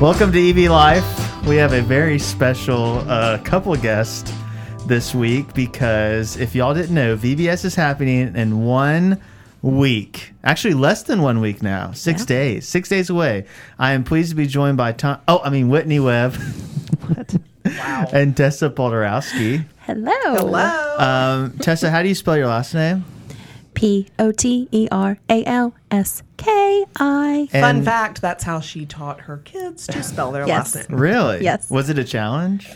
Welcome to EV Life. We have a very special uh, couple guest this week because if y'all didn't know, VBS is happening in one week. Actually, less than one week now. Six days. Six days away. I am pleased to be joined by Tom. Oh, I mean Whitney Webb. And Tessa Poldarowski. Hello. Hello. Um, Tessa, how do you spell your last name? P O T E R A L S K I. Fun And- fact that's how she taught her kids to spell their Yes. last name. Really? Yes. Was it a challenge?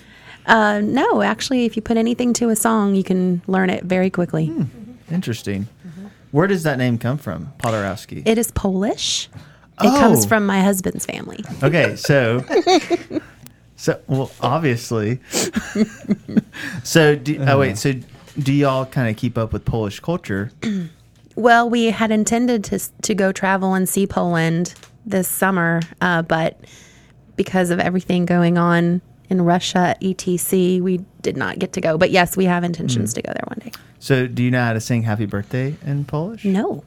Uh, no, actually, if you put anything to a song, you can learn it very quickly. Hmm. Interesting. Mm-hmm. Where does that name come from, Poldarowski? It is Polish. Oh. It comes from my husband's family. Okay, so, so well, obviously. so, do, oh wait, so do y'all kind of keep up with Polish culture? Well, we had intended to s- to go travel and see Poland this summer, uh, but because of everything going on in Russia, etc., we did not get to go. But yes, we have Hmm. intentions to go there one day. So, do you know how to sing "Happy Birthday" in Polish? No.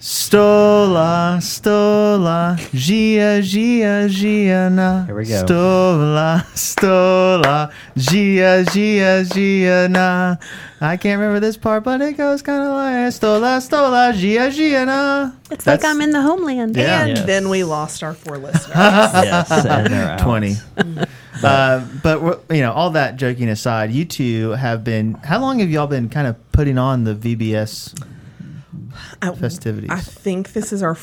Stola, stola, gia, gia, giana. Here we go. Stola, stola, gia, gia, giana. I can't remember this part, but it goes kind of like stola, stola, gia, giana. It's like I'm in the homeland. Yeah. And Yes. then we lost our four listeners. yes, and they're out. 20. uh, but we're- you know, all that joking aside, you two have been. How long have y'all been kind of putting on the VBS I- festivities? I think this is our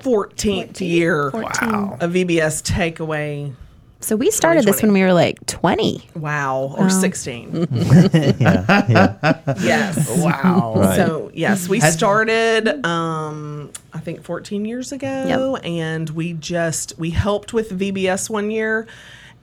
14th year 14. Wow. of VBS takeaway. So we started this 2020. when we were like 20. Wow. Or 16. yeah, yeah. yes. wow. Right. So, yes, we Had- started um I think 14 years ago and we just we helped with VBS one year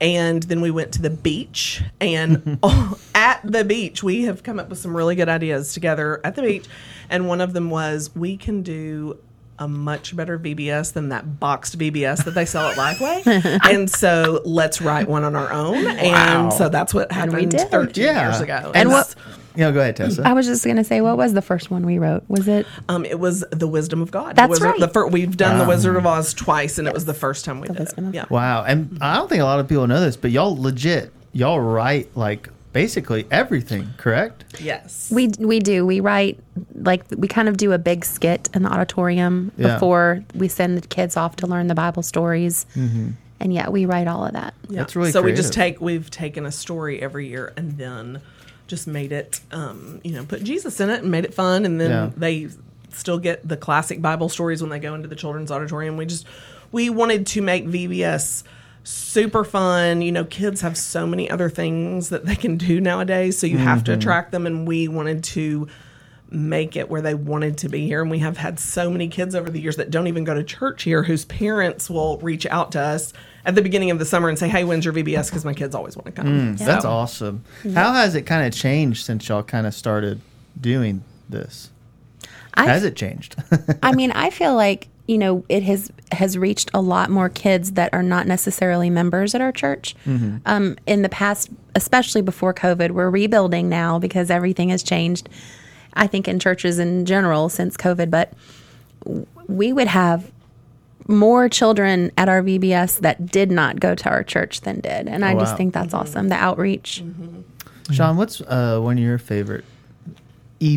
and then we went to the beach and oh, at the beach we have come up with some really good ideas together at the beach and one of them was we can do a much better VBS than that boxed VBS that they sell at Lifeway. and so let's write one on our own. And so that's what happened we did. 13 Yeah. years ago. And what- You know, go ahead, Tessa. I was just going to say, what was the first one we wrote? Was it? Um, it was the Wisdom of God. That's the Wizard- right. The fir- we've done the Wizard of Oz twice, and it was the first time we did Wisdom it. of Yeah. Wow, and I don't think a lot of people know this, but y'all legit, y'all write like basically everything, correct? Yes. We, we do. We write, like, we kind of do a big skit in the auditorium Yeah. before we send the kids off to learn the Bible stories. And yeah, we write all of that. yeah. That's really so we just creative. take we've taken a story every year and then just made it um, you know put Jesus in it and made it fun, and then Yeah. they still get the classic Bible stories when they go into the children's auditorium. We just we wanted to make VBS super fun. You know, kids have so many other things that they can do nowadays, so you have to attract them, and we wanted to make it where they wanted to be here. And we have had so many kids over the years that don't even go to church here whose parents will reach out to us at the beginning of the summer and say, Hey, when's your VBS? Because my kids always want to come. So- Mm, That's awesome. How has it kind of changed since y'all kind of started doing this? I- has it changed? I mean, I feel like you know it has has reached a lot more kids that are not necessarily members at our church. Um, in the past, especially before COVID, we're rebuilding now because everything has changed. I think in churches in general since COVID, but w- we would have more children at our VBS that did not go to our church than did, and I Oh, wow. just think that's awesome. The outreach. Mm-hmm. Sean, what's uh, one of your favorite E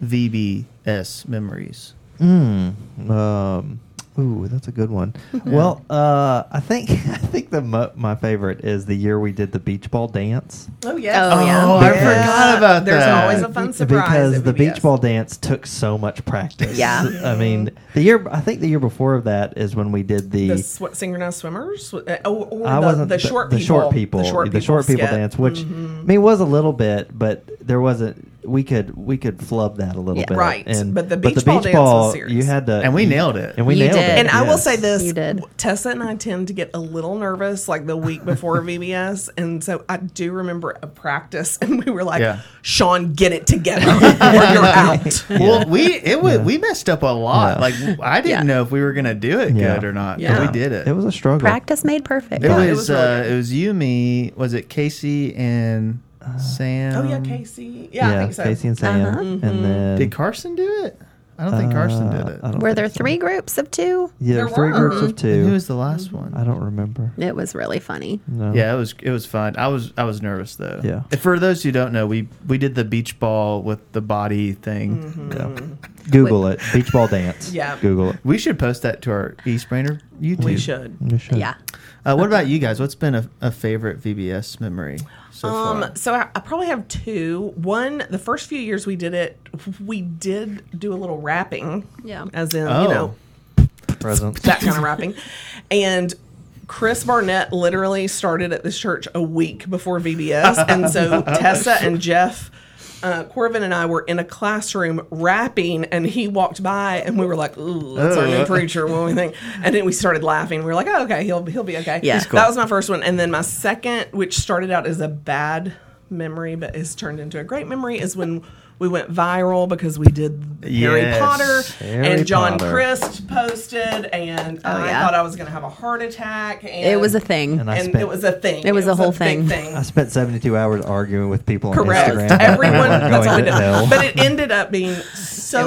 EB VBS memories? Um, ooh, that's a good one. Well, uh, I think I think the mo- my favorite is the year we did the beach ball dance. Oh, yes. Oh, yeah. Oh, I Because- forgot about There's that. always a fun surprise. because at the VBS. beach ball dance took so much practice. Yeah. I mean the year I think the year before of that is when we did the. The sw- synchronized swimmers? Uh, Or, or the, I wasn't the, short the people, short people, The short people. skit. Mm-hmm. dance, which I mean was a little bit, but there wasn't. We could we could flub that a little Yeah. bit, Right. But the beach ball dance was serious. You had to, And we nailed it. E and we You nailed did. it. And I will yes. say this: You did. Tessa and I tend to get a little nervous, like the week before VBS, and so I do remember a practice, and we were like, Yeah. "Sean, get it together, or you're out." Well, we it was, we messed up a lot. Yeah. Like I didn't Yeah. know if we were gonna do it Yeah. good or not, Yeah. but we did it. It was a struggle. Practice made perfect. It Yeah, was, it was really uh, good. it was you, me. Was it Casey and Uh, Sam? Oh yeah, Casey. Yeah, Yeah, I think so. Mm-hmm. Casey and Sam, and then Did Carson do it? I don't think Carson did Uh, it. I don't Were there think so. three groups of two? Yeah, There three were. groups of And who two. was the last one? I don't remember. It was really funny. No. Yeah, it was it was fun. I was I was nervous though. Yeah. And for those who don't know, we we did the beach ball with the body thing. Mm-hmm. Yeah. Google it. Beach ball dance. Yeah. Google it. We should post that to our East Brainer YouTube. We should. You should. Yeah. Uh, what about you guys? What's been a, a favorite VBS memory so far? Um, so I, I probably have two. One, the first few years we did it, we did do a little rapping. Yeah. As in, Oh. you know, Presents. that kind of rapping. And Chris Barnett literally started at this church a week before VBS. And so Tessa and Jeff. Uh, Corvin and I were in a classroom rapping, and he walked by, and we were like, "Ooh, that's our Uh. new Ugh. preacher." What do we think? And then we started laughing. We were like, "Oh, okay, he'll he'll be okay." Yeah. He's cool. that was my first one, and then my second, which started out as a bad memory but is turned into a great memory, is when we went viral because we did Harry Yes. Potter Harry and John Potter. Chris just posted and uh, I Oh, yeah. thought I was going to have a heart attack. And, It was a thing. And I And spent, it was a thing. It was a whole big thing. I spent 72 hours arguing with people on Correct. Instagram. about Everyone, where we're that's all we going did. to hell. But it ended up being so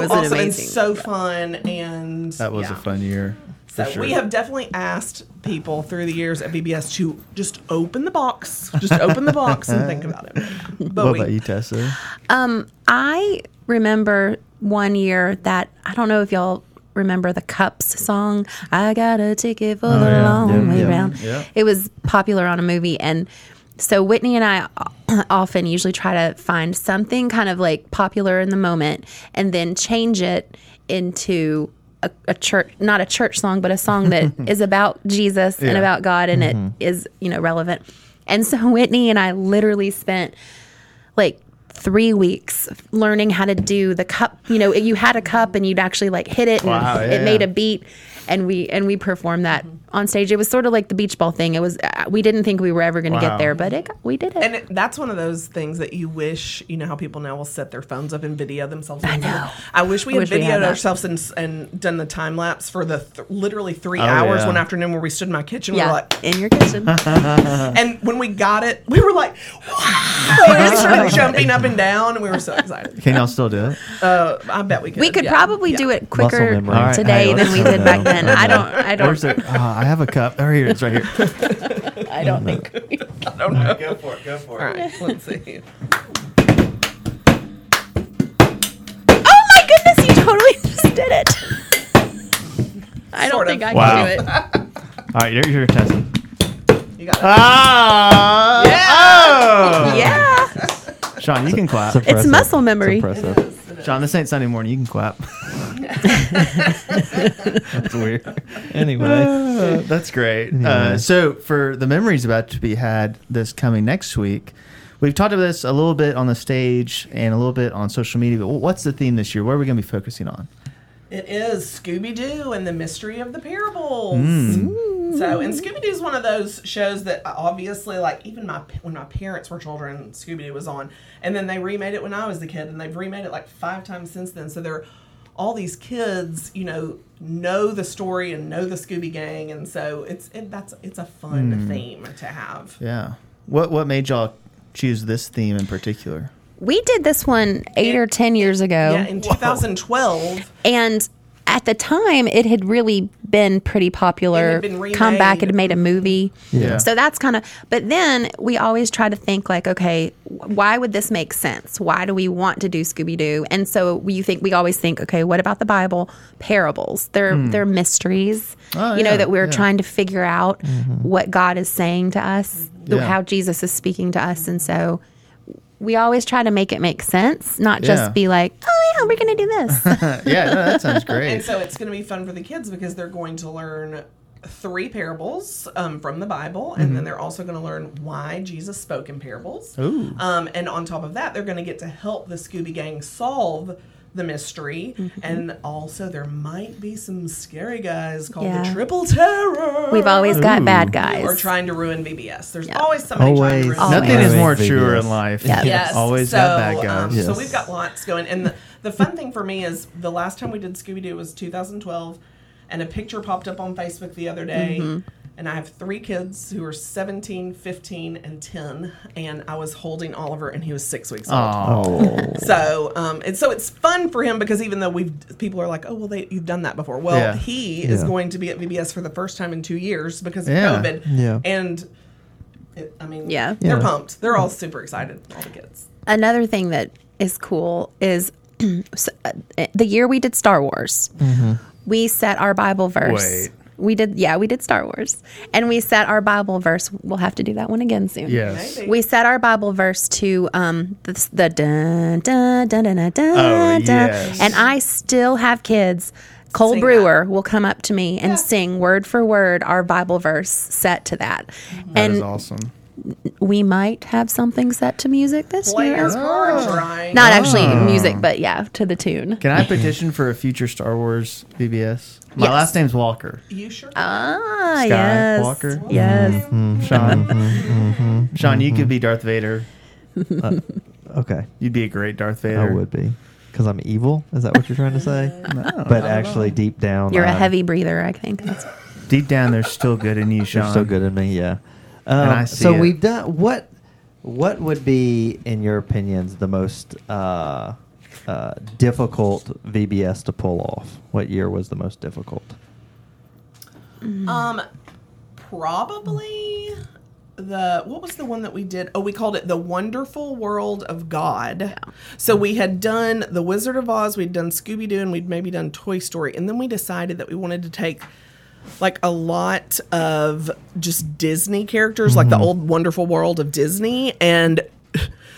It was an awesome and amazing- so fun. And that was yeah. a fun year. so for sure. we have definitely asked people through the years at BBS to just open the box, just open the box and think about it. But What we, about you, Tessa? I remember one year that I don't know if y'all remember the Cups song. I got a ticket for the Oh, yeah. long Yeah, way yeah, round. yeah. It was popular on a movie, and so Whitney and I often usually try to find something kind of like popular in the moment, and then change it into. A, a church, not a church song, but a song that is about Jesus and Yeah. Mm-hmm. about God, and it is, you know, relevant. And so Whitney and I literally spent like three weeks learning how to do the cup you know you had a cup and you'd actually like hit it and Wow, yeah, it made yeah. Mm-hmm. a beat and we and we performed that on stage it was sort of like the beach ball thing it was uh, we didn't think we were ever going to Wow. get there but it got, we did it And it, that's one of those things that you wish, you know, how people now will set their phones up and video themselves. I know. I wish we I had wish we had videoed that. ourselves and, s- and done the time lapse for the th- literally three Oh, hours yeah. one afternoon where we stood in my kitchen. We yeah were like, in your kitchen and when we got it, we were like, wow! we started jumping up and down, and we were so excited. Can y'all still do it? Uh, I bet we could. we could yeah. probably do it quicker memory. All right, today hey, than let's we go did back now. then i don't i Where's don't the, oh, I have a cup. Right here. It's right here. i don't think I don't know. Go for it. Go for All right, let's see. oh my goodness you totally just did it i don't Sort of. think i Wow. can do it All right. There's your test. You got it. Ah! Oh! yeah Sean, you can clap. impressive. muscle memory. It's impressive. Sean, this ain't Sunday morning. You can clap. That's weird. Anyway, Uh, that's great. Uh, so, for the memories about to be had this coming next week, we've talked about this a little bit on the stage and a little bit on social media. But what's the theme this year? What are we going to be focusing on? It is Scooby Doo and the Mystery of the Parables. So, and Scooby Doo is one of those shows that uh, obviously, like, even my when my parents were children, Scooby Doo was on, and then they remade it when I was a kid, and they've remade it like five times since then. So there, all these kids, you know, know the story and know the Scooby Gang, and so it's it, that's it's a fun theme to have. Yeah. What What made y'all choose this theme in particular? we did this one eight or ten years ago Yeah, in 2012, And at the time, it had really been pretty It popular. had been Come back, it remade. had made a movie. Yeah. So that's kind of, but then we always try to think, like, okay, w- why would this make sense? Why do we want to do Scooby Doo? And so we think, we always think, okay, what about the Bible? Parables. They're, they're mysteries, Hmm. Oh, you know, yeah, that we're yeah. Mm-hmm. trying to figure out what God is saying to us, th- Yeah. how Jesus is speaking to us. And so we always try to make it make sense, not just Yeah. be like, oh, yeah, we're going to do this. Uh, yeah, no, that sounds And great. so it's going to be fun for the kids because they're going to learn three parables um, from the Bible, and Mm-hmm. then they're also going to learn why Jesus spoke in parables. Ooh. Um, and on top of that, they're going to get to help the Scooby Gang solve the mystery, Mm-hmm. and also there might be some scary guys called the Yeah. Triple Terror. We've always got Ooh. bad or guys. trying to ruin VBS. There's Yeah. always somebody trying to ruin Always. Nothing Nothing is Always more VBS. truer in life. Yeah. Yes. Always so, got bad guys. um, So Yes. we've got lots going. And the, the fun thing for me is the last time we did Scooby Doo was 2012, and a picture popped up on Facebook the other day And I have three kids who are 17, 15, and 10. And I was holding Oliver, and he was six weeks old. Oh. So, um, and so it's fun for him because even though we've people are like, oh well, they you've done that before. Well, Yeah. he is Yeah. going to be at VBS for the first time in two years because of Yeah. COVID. Yeah. and it, I mean, Yeah. they're Yeah. pumped. They're all super excited. All the kids. another thing that is cool is so, uh, the year we did Star Wars, we set our Bible verse. Mm-hmm. Wait. We did, yeah, we did Star Wars, and we set our Bible verse. We'll have to do that one again soon. Yes. Maybe. We set our Bible verse to um, the, the dun, dun, dun, dun, dun, dun, Oh, dun. yes. And I still have kids. Cole Sing that. Brewer will come up to me and sing word for word our Bible verse set to that. That is and awesome. we might have something set to music this year. Players are trying. Not actually music, but yeah, to the tune. Ah. Can I petition for a future Star Wars VBS? My Yes. last name's Walker. you sure? Ah, Skywalker. Mm-hmm. yes. Mm-hmm. Yes. Sean. Sean, you could be Darth Vader. Okay. You'd be a great Darth Vader. I would be. Because I'm evil? Is that what you're trying to say? but actually, deep down. You're a I'm- heavy breather, I think. That's, Deep down, there's still good in you, You're Sean. still good in me, yeah. Um, I see so it. we've done what? What would be, in your opinions, the most uh, uh, difficult VBS to pull off? What year was the most difficult? Um, probably the what was the one that we did? Oh, we called it the Wonderful World of God. So we had done the Wizard of Oz, we'd done Scooby Doo, and we'd maybe done Toy Story, and then we decided that we wanted to take like a lot of just Disney characters, like the old Wonderful World of Disney, and.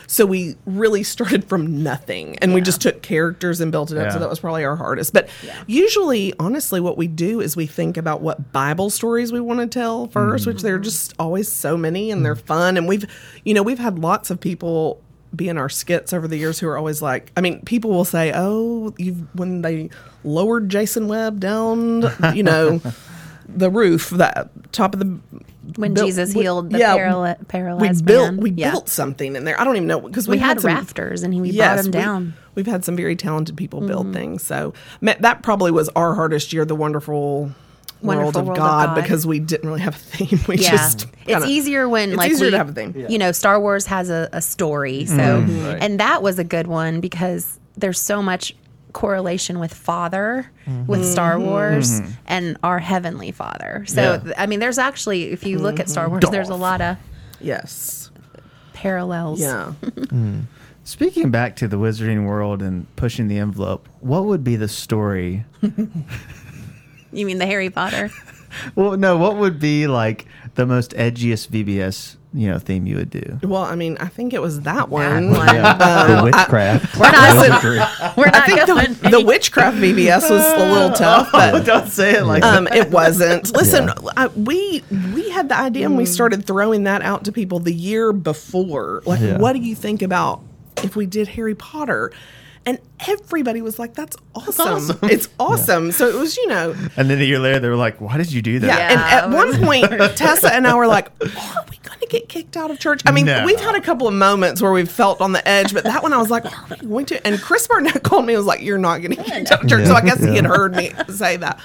So we really started from nothing, and we just took characters and built it up. So Yeah. that was probably our hardest. But usually, honestly, what we do is we think about what Bible stories we want to tell 1st which there are Mm-hmm. just always so many and they're fun. And we've, you know, we've had lots of people be in our skits over the years who are always like, I mean, people will say, oh, you've, when they lowered Jason Webb down, you know, the roof, the top of the. when built- Jesus we- healed the yeah, paral- we paralyzed built man. we Yeah. built something in there. I don't even know because We, we, had, some- rafters and we brought them we- down. Mm-hmm. We've had some very talented people build things. So ma- that probably was our hardest year, the wonderful, world, Wonderful of, World of God, God. because we didn't really have a theme. We Yeah. just it's kinda- easier when it's like easier we, to have a Mm-hmm. theme. You know, Star Wars has a, a story. So Right. and that was a good one because there's so much correlation with father Mm-hmm. with Star Wars and our heavenly father. So Yeah. th- I mean there's actually if you look at Star Wars there's a Darth. lot of Yes. parallels. Yeah. Speaking back to the wizarding world and pushing the envelope, what would be the story? You mean the Harry Potter? Well, no, what would be like the most edgiest VBS, you know, theme you would do? Well, I mean, I think it was that one. Um, one. Yeah. the witchcraft. We're not- Wizardry. We're not I think going the, the witchcraft BBS was a little tough, but Don't say it like um, it wasn't. Hmm. Listen, I, we we had the idea and we started throwing that out to people the year before. Like, Yeah. what do you think about if we did Harry Potter? And everybody was like, "That's awesome! It's awesome!" So it was, you know, And then a year later, they were like, why did you do yeah. that? Yeah, and at it one point, Tessa and I were like, "Are we going to get kicked out of church?" I mean, No. we've had a couple of moments where we've felt on the edge, but that one I was like, "Are we going to?" And Chris Barnett called me and was like, "You're not getting kicked out of church." So I Yeah, guess he had yeah. heard me say that.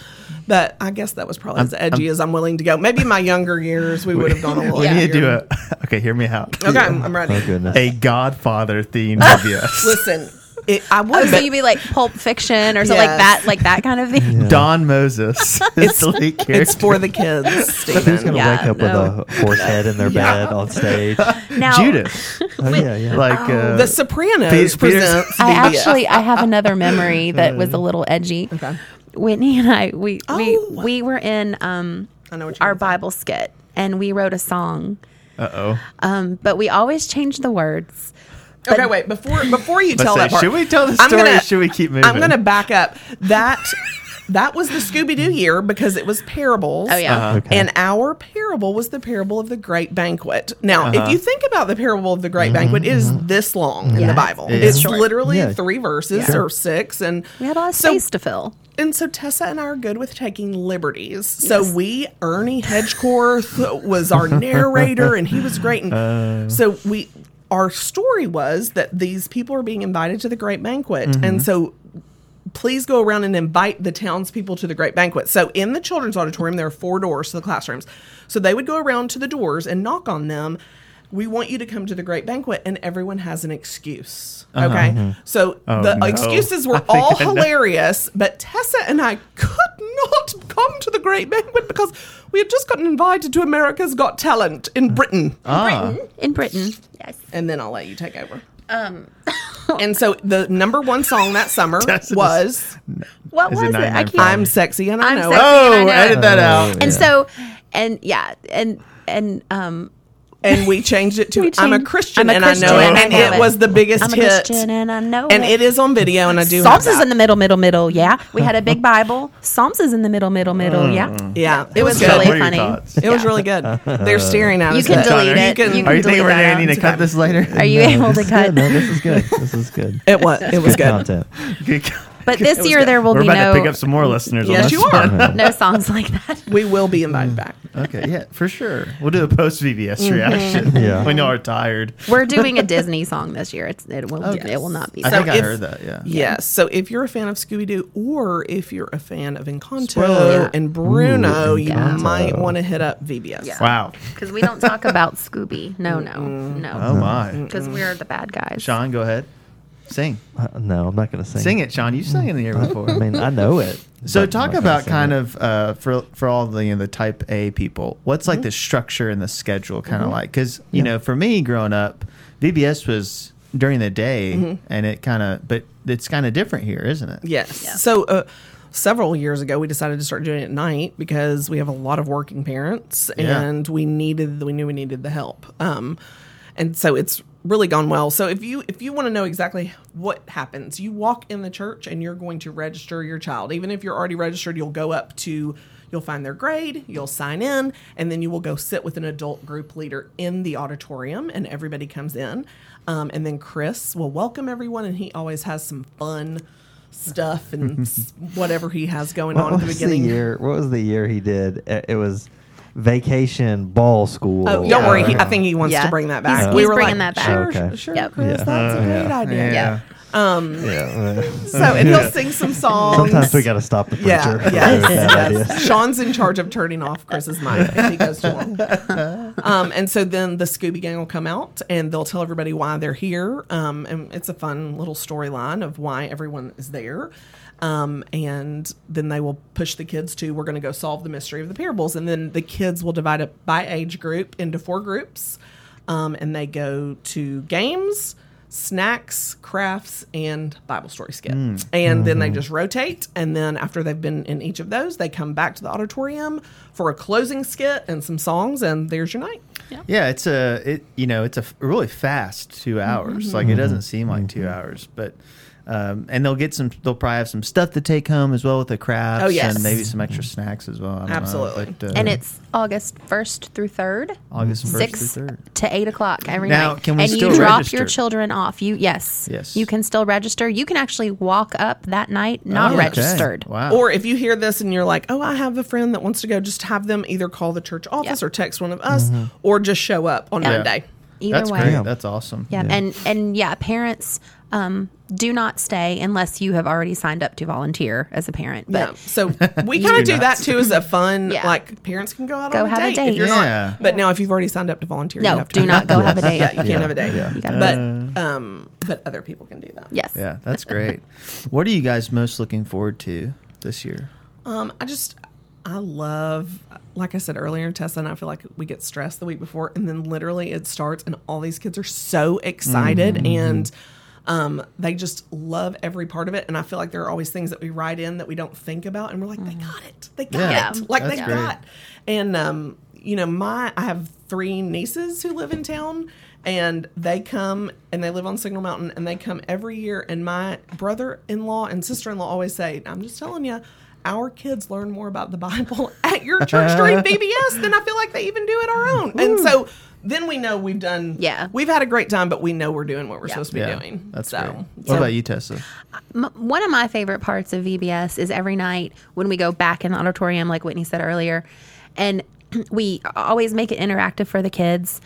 But I guess that was probably as edgy as I'm willing to go. Maybe in my younger years we would have gone a little. We need to do edgier. a. Okay, hear me out. Okay, I'm, I'm ready. Oh, goodness. A Godfather themed VBS. Listen, it, I would. Oh, so but- you'd be like Pulp Fiction or something like Yes. that, like that kind of thing. Don Moses is the lead character. it's for the kids, Who's Stephen. going to Yeah, wake up no. with a horse head in their bed on stage? Oh, Now, Judas. yeah, yeah. Like, uh, Oh. The Sopranos Peter- Peter's- presents. I VBS. actually I have another memory that was a Mm. little edgy. Whitney and I we Oh. we we were in um I know what you our mean. Bible skit and we wrote a song, uh oh. um, but we always changed the words. Okay, wait before before you tell say, that part. should we tell the I'm story or gonna- should we keep I'm moving? going to back up. That that was the Scooby Doo year because it was parables. Oh yeah, Uh-huh. Okay. And our parable was the parable of the great banquet. Now, Uh-huh. if you think about the parable of the great banquet, it is this long in Yeah. the Bible. Mm-hmm, It is it's short. literally Yeah. three verses Yeah. or six, and we had a lot of so space to fill. and so Tessa and I are good with taking liberties. So we, Ernie Hedgecorth was our narrator, and he was great. And so we, our story was that these people are being invited to the great banquet, and so please go around and invite the townspeople to the great banquet. So in the children's auditorium, there are four doors to the classrooms. So they would go around to the doors and knock on them. We want you to come to the great banquet, and everyone has an excuse. Okay, so Uh-huh, Oh, the no. excuses were I think all I know. hilarious, but Tessa and I could not come to the great banquet because we had just gotten invited to America's Got Talent in Britain Ah, in Britain. Yes. and then I'll let you take over. Um, and so the number one song that summer Tessa's- was What Is it was it? nine I nine can't. five? "I'm Sexy and I I'm Know Sexy. It." I oh, know. edit that out. and Yeah. so, and yeah, and and um, and we changed it to We "I'm a changed- I'm Christian a and Christian I Know It," and I and know it it. was the biggest I'm a hit. Christian and I know and it. it is on video, and I do. Psalms have is that. in the middle, middle, middle. Yeah, we had a big Bible. Psalms is in the middle, middle, middle. Yeah, Yeah, it was was good. really Mm. what are your funny. thoughts? It was really good. They're staring at You us. can but- delete John, it. You can- Are you thinking delete we're that gonna out. need to cut this later? Are you able to this is good. cut? No, this is good. This is good. It was. It was Good good. content. But this year there will We're be about no to pick up some more listeners. on Yes, this you one. are. no songs like that. We will be invited back. Okay, yeah, for sure. We'll do a post Mm-hmm. VBS reaction. Yeah. when y'all are tired. We're doing a Disney song this year. It's it will Okay. it will not be. I So think I if- heard that. Yeah. Yes. So if you're a fan of Scooby Doo or if you're a fan of Encanto Spoiler. and Bruno, Ooh, you Encanto. might want to hit up VBS. Yeah. Wow. because we don't talk about Scooby. No, no, Oh no, my. because we're the bad guys. Sean, go ahead. Sing. Uh, no, I'm not going to sing. Sing it, Sean. You sang it here I before. mean, I know it. So but I'm talk not gonna about sing kind it. of uh, for for all the you know, the type A people. What's Mm-hmm. like the structure and the schedule kind of like? Because you know, for me growing up, VBS was during the day, Mm-hmm. and it kind of but it's kind of different here, isn't it? Yes. Yeah. So uh, several years ago, we decided to start doing it at night because we have a lot of working parents, Yeah. and we needed we knew we needed the help. Um, and so it's really gone well. So if you if you want to know exactly what happens, you walk in the church and you're going to register your child. Even if you're already registered, you'll go up to you'll find their grade, you'll sign in, and then you will go sit with an adult group leader in the auditorium, and everybody comes in. Um, and then Chris will welcome everyone, and he always has some fun stuff and s- whatever he has going on What at the was the, beginning. year? What was the year he did? Uh, It was vacation ball school. Oh, don't Yeah. worry. He, I think he wants to Yeah. bring that He's- back. he's bringing that back. Sure, Okay. sure, Yep. Chris, Yeah. that's a great Yeah. idea. Yeah. Yeah. So, and he'll sing some songs. Sometimes we got to stop the preacher. Um, Yeah, for yes, those bad yes. ideas. Sean's in charge of turning off Chris's mic if he goes to him. Um, and so then the Scooby Gang will come out and they'll tell everybody why they're here. Um, and it's a fun little storyline of why everyone is there. Um, and then they will push the kids to we're going to go solve the mystery of the parables. And then the kids will divide up by age group into four groups. Um, and they go to games, snacks, crafts, and Bible story skit. And then they just rotate. And then after they've been in each of those, they come back to the auditorium for a closing skit and some songs. And there's your night. Yeah, it's a it you know it's a f- really fast two hours. Mm-hmm. Like it doesn't seem like two hours, but um, and they'll get some. They'll probably have some stuff to take home as well with the crafts. Oh, yes. and maybe some extra snacks as well. I don't know, Absolutely. but, uh, Mm-hmm. And it's August first through third. August first six through third. to eight o'clock every Now, night. can we and still you drop register? your children off. You yes, Yes. You can still register. You can actually walk up that night not Oh, okay. registered. Wow. Or if you hear this and you're like, oh, I have a friend that wants to go, just have them either call the church office Yeah. or text one of us or just show up on Yeah. Monday. Either that's way, great. Yeah. That's awesome. Yeah. and and yeah, parents um, do not stay unless you have already signed up to volunteer as a parent. But Yeah. So we kind of do that too as a fun, Yeah. like parents can go out Go on a have a date. if date. you're not- Yeah. but now if you've already signed up to volunteer, you no, have to do not go have a date. Yeah, you can't have a date. Yeah. You gotta- But um, but other people can do that. Yes. Yeah, that's great. what are you guys most looking forward to this year? Um, I just I love like I said earlier, Tessa and I feel like we get stressed the week before and then literally it starts and all these kids are so excited Mm-hmm. and um, they just love every part of it. And I feel like there are always things that we write in that we don't think about and we're like, they Mm. got it. They got Yeah. it. Like they That's great. got and um, you know, my I have three nieces who live in town, and they come and they live on Signal Mountain, and they come every year. And my brother-in-law and sister-in-law always say, "I'm just telling you." Our kids learn more about the Bible at your church during BBS than I feel like they even do at our own. And so then we know we've done, Yeah. we've had a great time, but we know we're doing what we're supposed to be yeah, doing. that's so, great. so- What about you, Tessa? M- one of my favorite parts of VBS is every night when we go back in the auditorium, like Whitney said earlier, and we always make it interactive for the kids.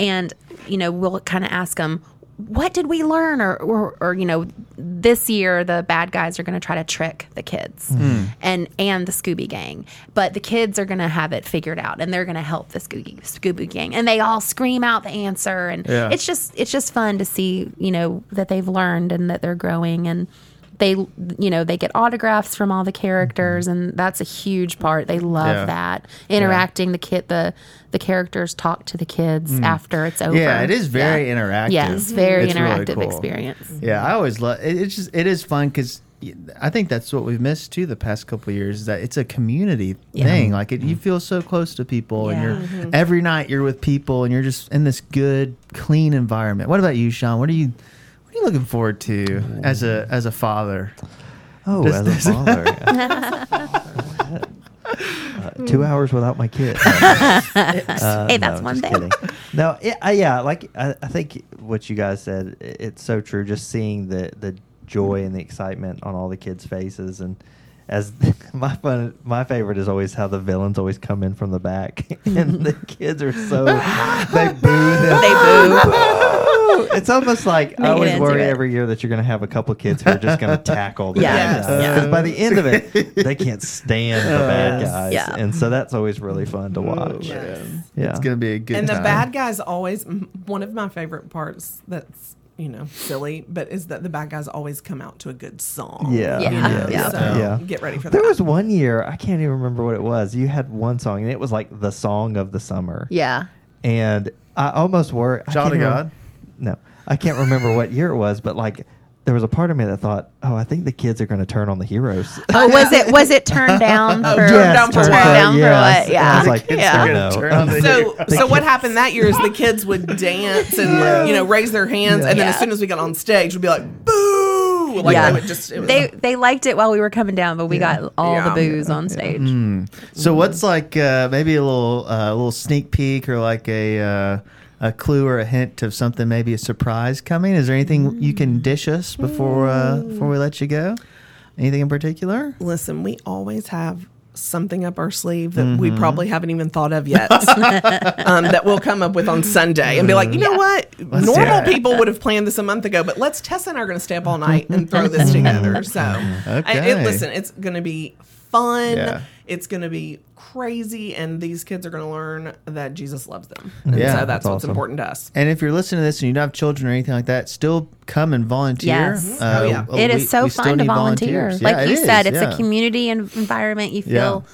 And you know, we'll kind of ask them, what did we learn or, or, or you know this year the bad guys are going to try to trick the kids and and the scooby gang but the kids are going to have it figured out and they're going to help the scooby, scooby gang and they all scream out the answer and Yeah. it's just it's just fun to see you know that they've learned and that they're growing and they you know they get autographs from all the characters and that's a huge part they love Yeah. that interacting the kid the the characters talk to the kids after it's over Yeah, it is very Yeah. interactive. Yes, very It's really interactive cool. experience. Yeah, I always love it. It's just it is fun because I think that's what we've missed too the past couple of years is that it's a community Yeah. thing. Like it, you feel so close to people, and Yeah. Mm-hmm. you're every night you're with people, and you're just in this good, clean environment. What about you, Sean? What are you what are you looking forward to as a as a father? Oh, Does as this- a father. Uh, two hours without my kid. Uh, Hmm. Hey, that's one just thing. kidding. No, it, I, yeah, like I, I think what you guys said, i- it's so true. Just seeing the the joy and the excitement on all the kids' faces, and as my fun, my favorite is always how the villains always come in from the back, and the kids are so they boo them. They boo. It's almost like They I always get worry into it. every year that you're going to have a couple kids who are just going to tackle the Yeah. bad guys. Yes. 'Cause by the end of it, they can't stand the bad Yes. guys. Yeah. And so that's always really fun to watch. man. Yeah. It's gonna be a good and the time. bad guys always m- one of my favorite parts that's you know silly but is that the bad guys always come out to a good song Yeah. you Yeah. know, Yeah. so Yeah. get ready for that There was one year, I can't even remember what it was. You had one song, and it was like the song of the summer. Yeah. And I almost worry. I Child can't of remem- God? no, I can't remember what year it was, but like there was a part of me that thought, oh, I think the kids are going to turn on the heroes. Oh, was it was it turned down for Yes, down for turned what? down, Down for yes. what? And Yeah. I was like, Kids yeah. are no. gonna turn on the so hero. so what happened that year is the kids would dance and like, you know raise their hands and then Yeah. as soon as we got on stage we'd be like boo like yeah. they would just it was, they they liked it while we were coming down, but we got all the Yeah. booze on stage. Mm-hmm. So what's like uh, maybe a little uh, little sneak peek or like a uh, a clue or a hint of something maybe a surprise coming? Is there anything you Mm-hmm. can dish us before uh, before we let you go? Anything in particular? listen we always have something up our sleeve that Mm-hmm. we probably haven't even thought of yet um, that we'll come up with on sunday and be like you know what do normal it. people would have planned this a month ago but let's tessa and i are going to stay up all night and throw this together so I, Okay. it, listen it's going to be fun Yeah. it's going to be crazy and these kids are going to learn that jesus loves them and Yeah, so that's, that's what's awesome. important to us And if you're listening to this and you don't have children or anything like that, still come and volunteer. Yes. Oh, yeah. uh, It is we- so we still fun to need volunteer. volunteers. Yeah, Like it you is, said, it's yeah. a community en- environment. You feel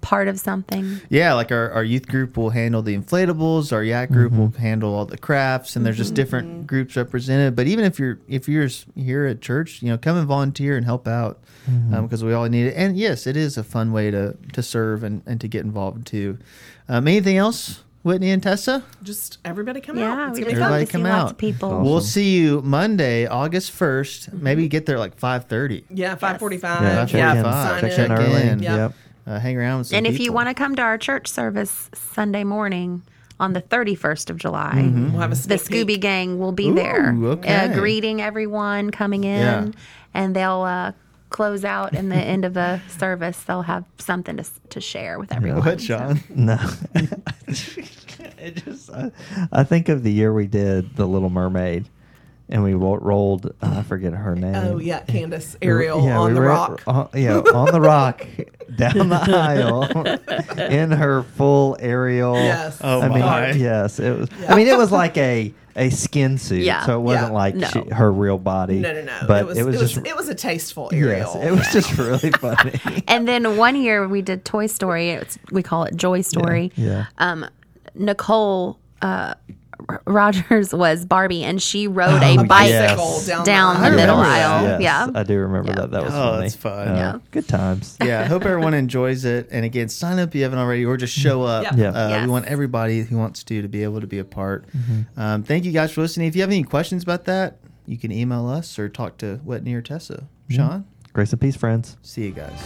part of something. Yeah, like our, our youth group will handle the inflatables, our yak group will handle all the crafts, and there's Mm-hmm. just different groups represented. But even if you're if you're s- here at church, you know, come and volunteer and help out because we all need it. And yes, it is a fun way to to serve and, and to get involved too. Um, anything else, Whitney and Tessa? just everybody come Yeah, out it's we going to just be fun Everybody love to see come lots out. of people. Mm-hmm. Awesome. We'll see you Monday, August 1st Maybe get there like five thirty. yeah 545 Yeah, yeah, check in. sign Check Check in in. early. Yeah. Yep. Uh, hang around with some And if you people. want to come to our church service Sunday morning on the 31st of July, we'll have a the sneak peek. Scooby Gang will be there, Mm-hmm. Ooh, okay. uh, greeting everyone coming in, Yeah. and they'll uh, close out in the end of the service. They'll have something to, s- to share with everyone. what, so. Sean? No. it just, uh, I, I think of the year we did The Little Mermaid and we ro- rolled, uh, I forget her name. Oh yeah, Candace Ariel Yeah, on we the were- uh, rock. On, yeah, on the rock, down the aisle, in her full Ariel. Yes. Oh, I mean, my. yes, it was. I mean, it was like a a skin suit, Yeah. so it wasn't Yeah. like No. she, her real body. no, no, no. But it was it was just. it was a tasteful yes, Ariel. it was just really funny. And then one year we did Toy Story. It's, we call it Joy Story. yeah. Um, Nicole uh, R- Rogers was Barbie, and she rode a bike goodness. Bicycle down, down the the I middle remember that. aisle. Oh, Yes, Yeah. I do remember Yeah. that. That was Oh, funny. that's fun. Uh, Yeah. Good times. yeah, I hope everyone enjoys it. And again, sign up if you haven't already, or just show up. Yep. Yeah. Uh, Yes. We want everybody who wants to to be able to be a part. Um, thank you guys for listening. If you have any questions about that, you can email us or talk to Whitney or Tessa. Sean, Grace and peace, friends. see you guys.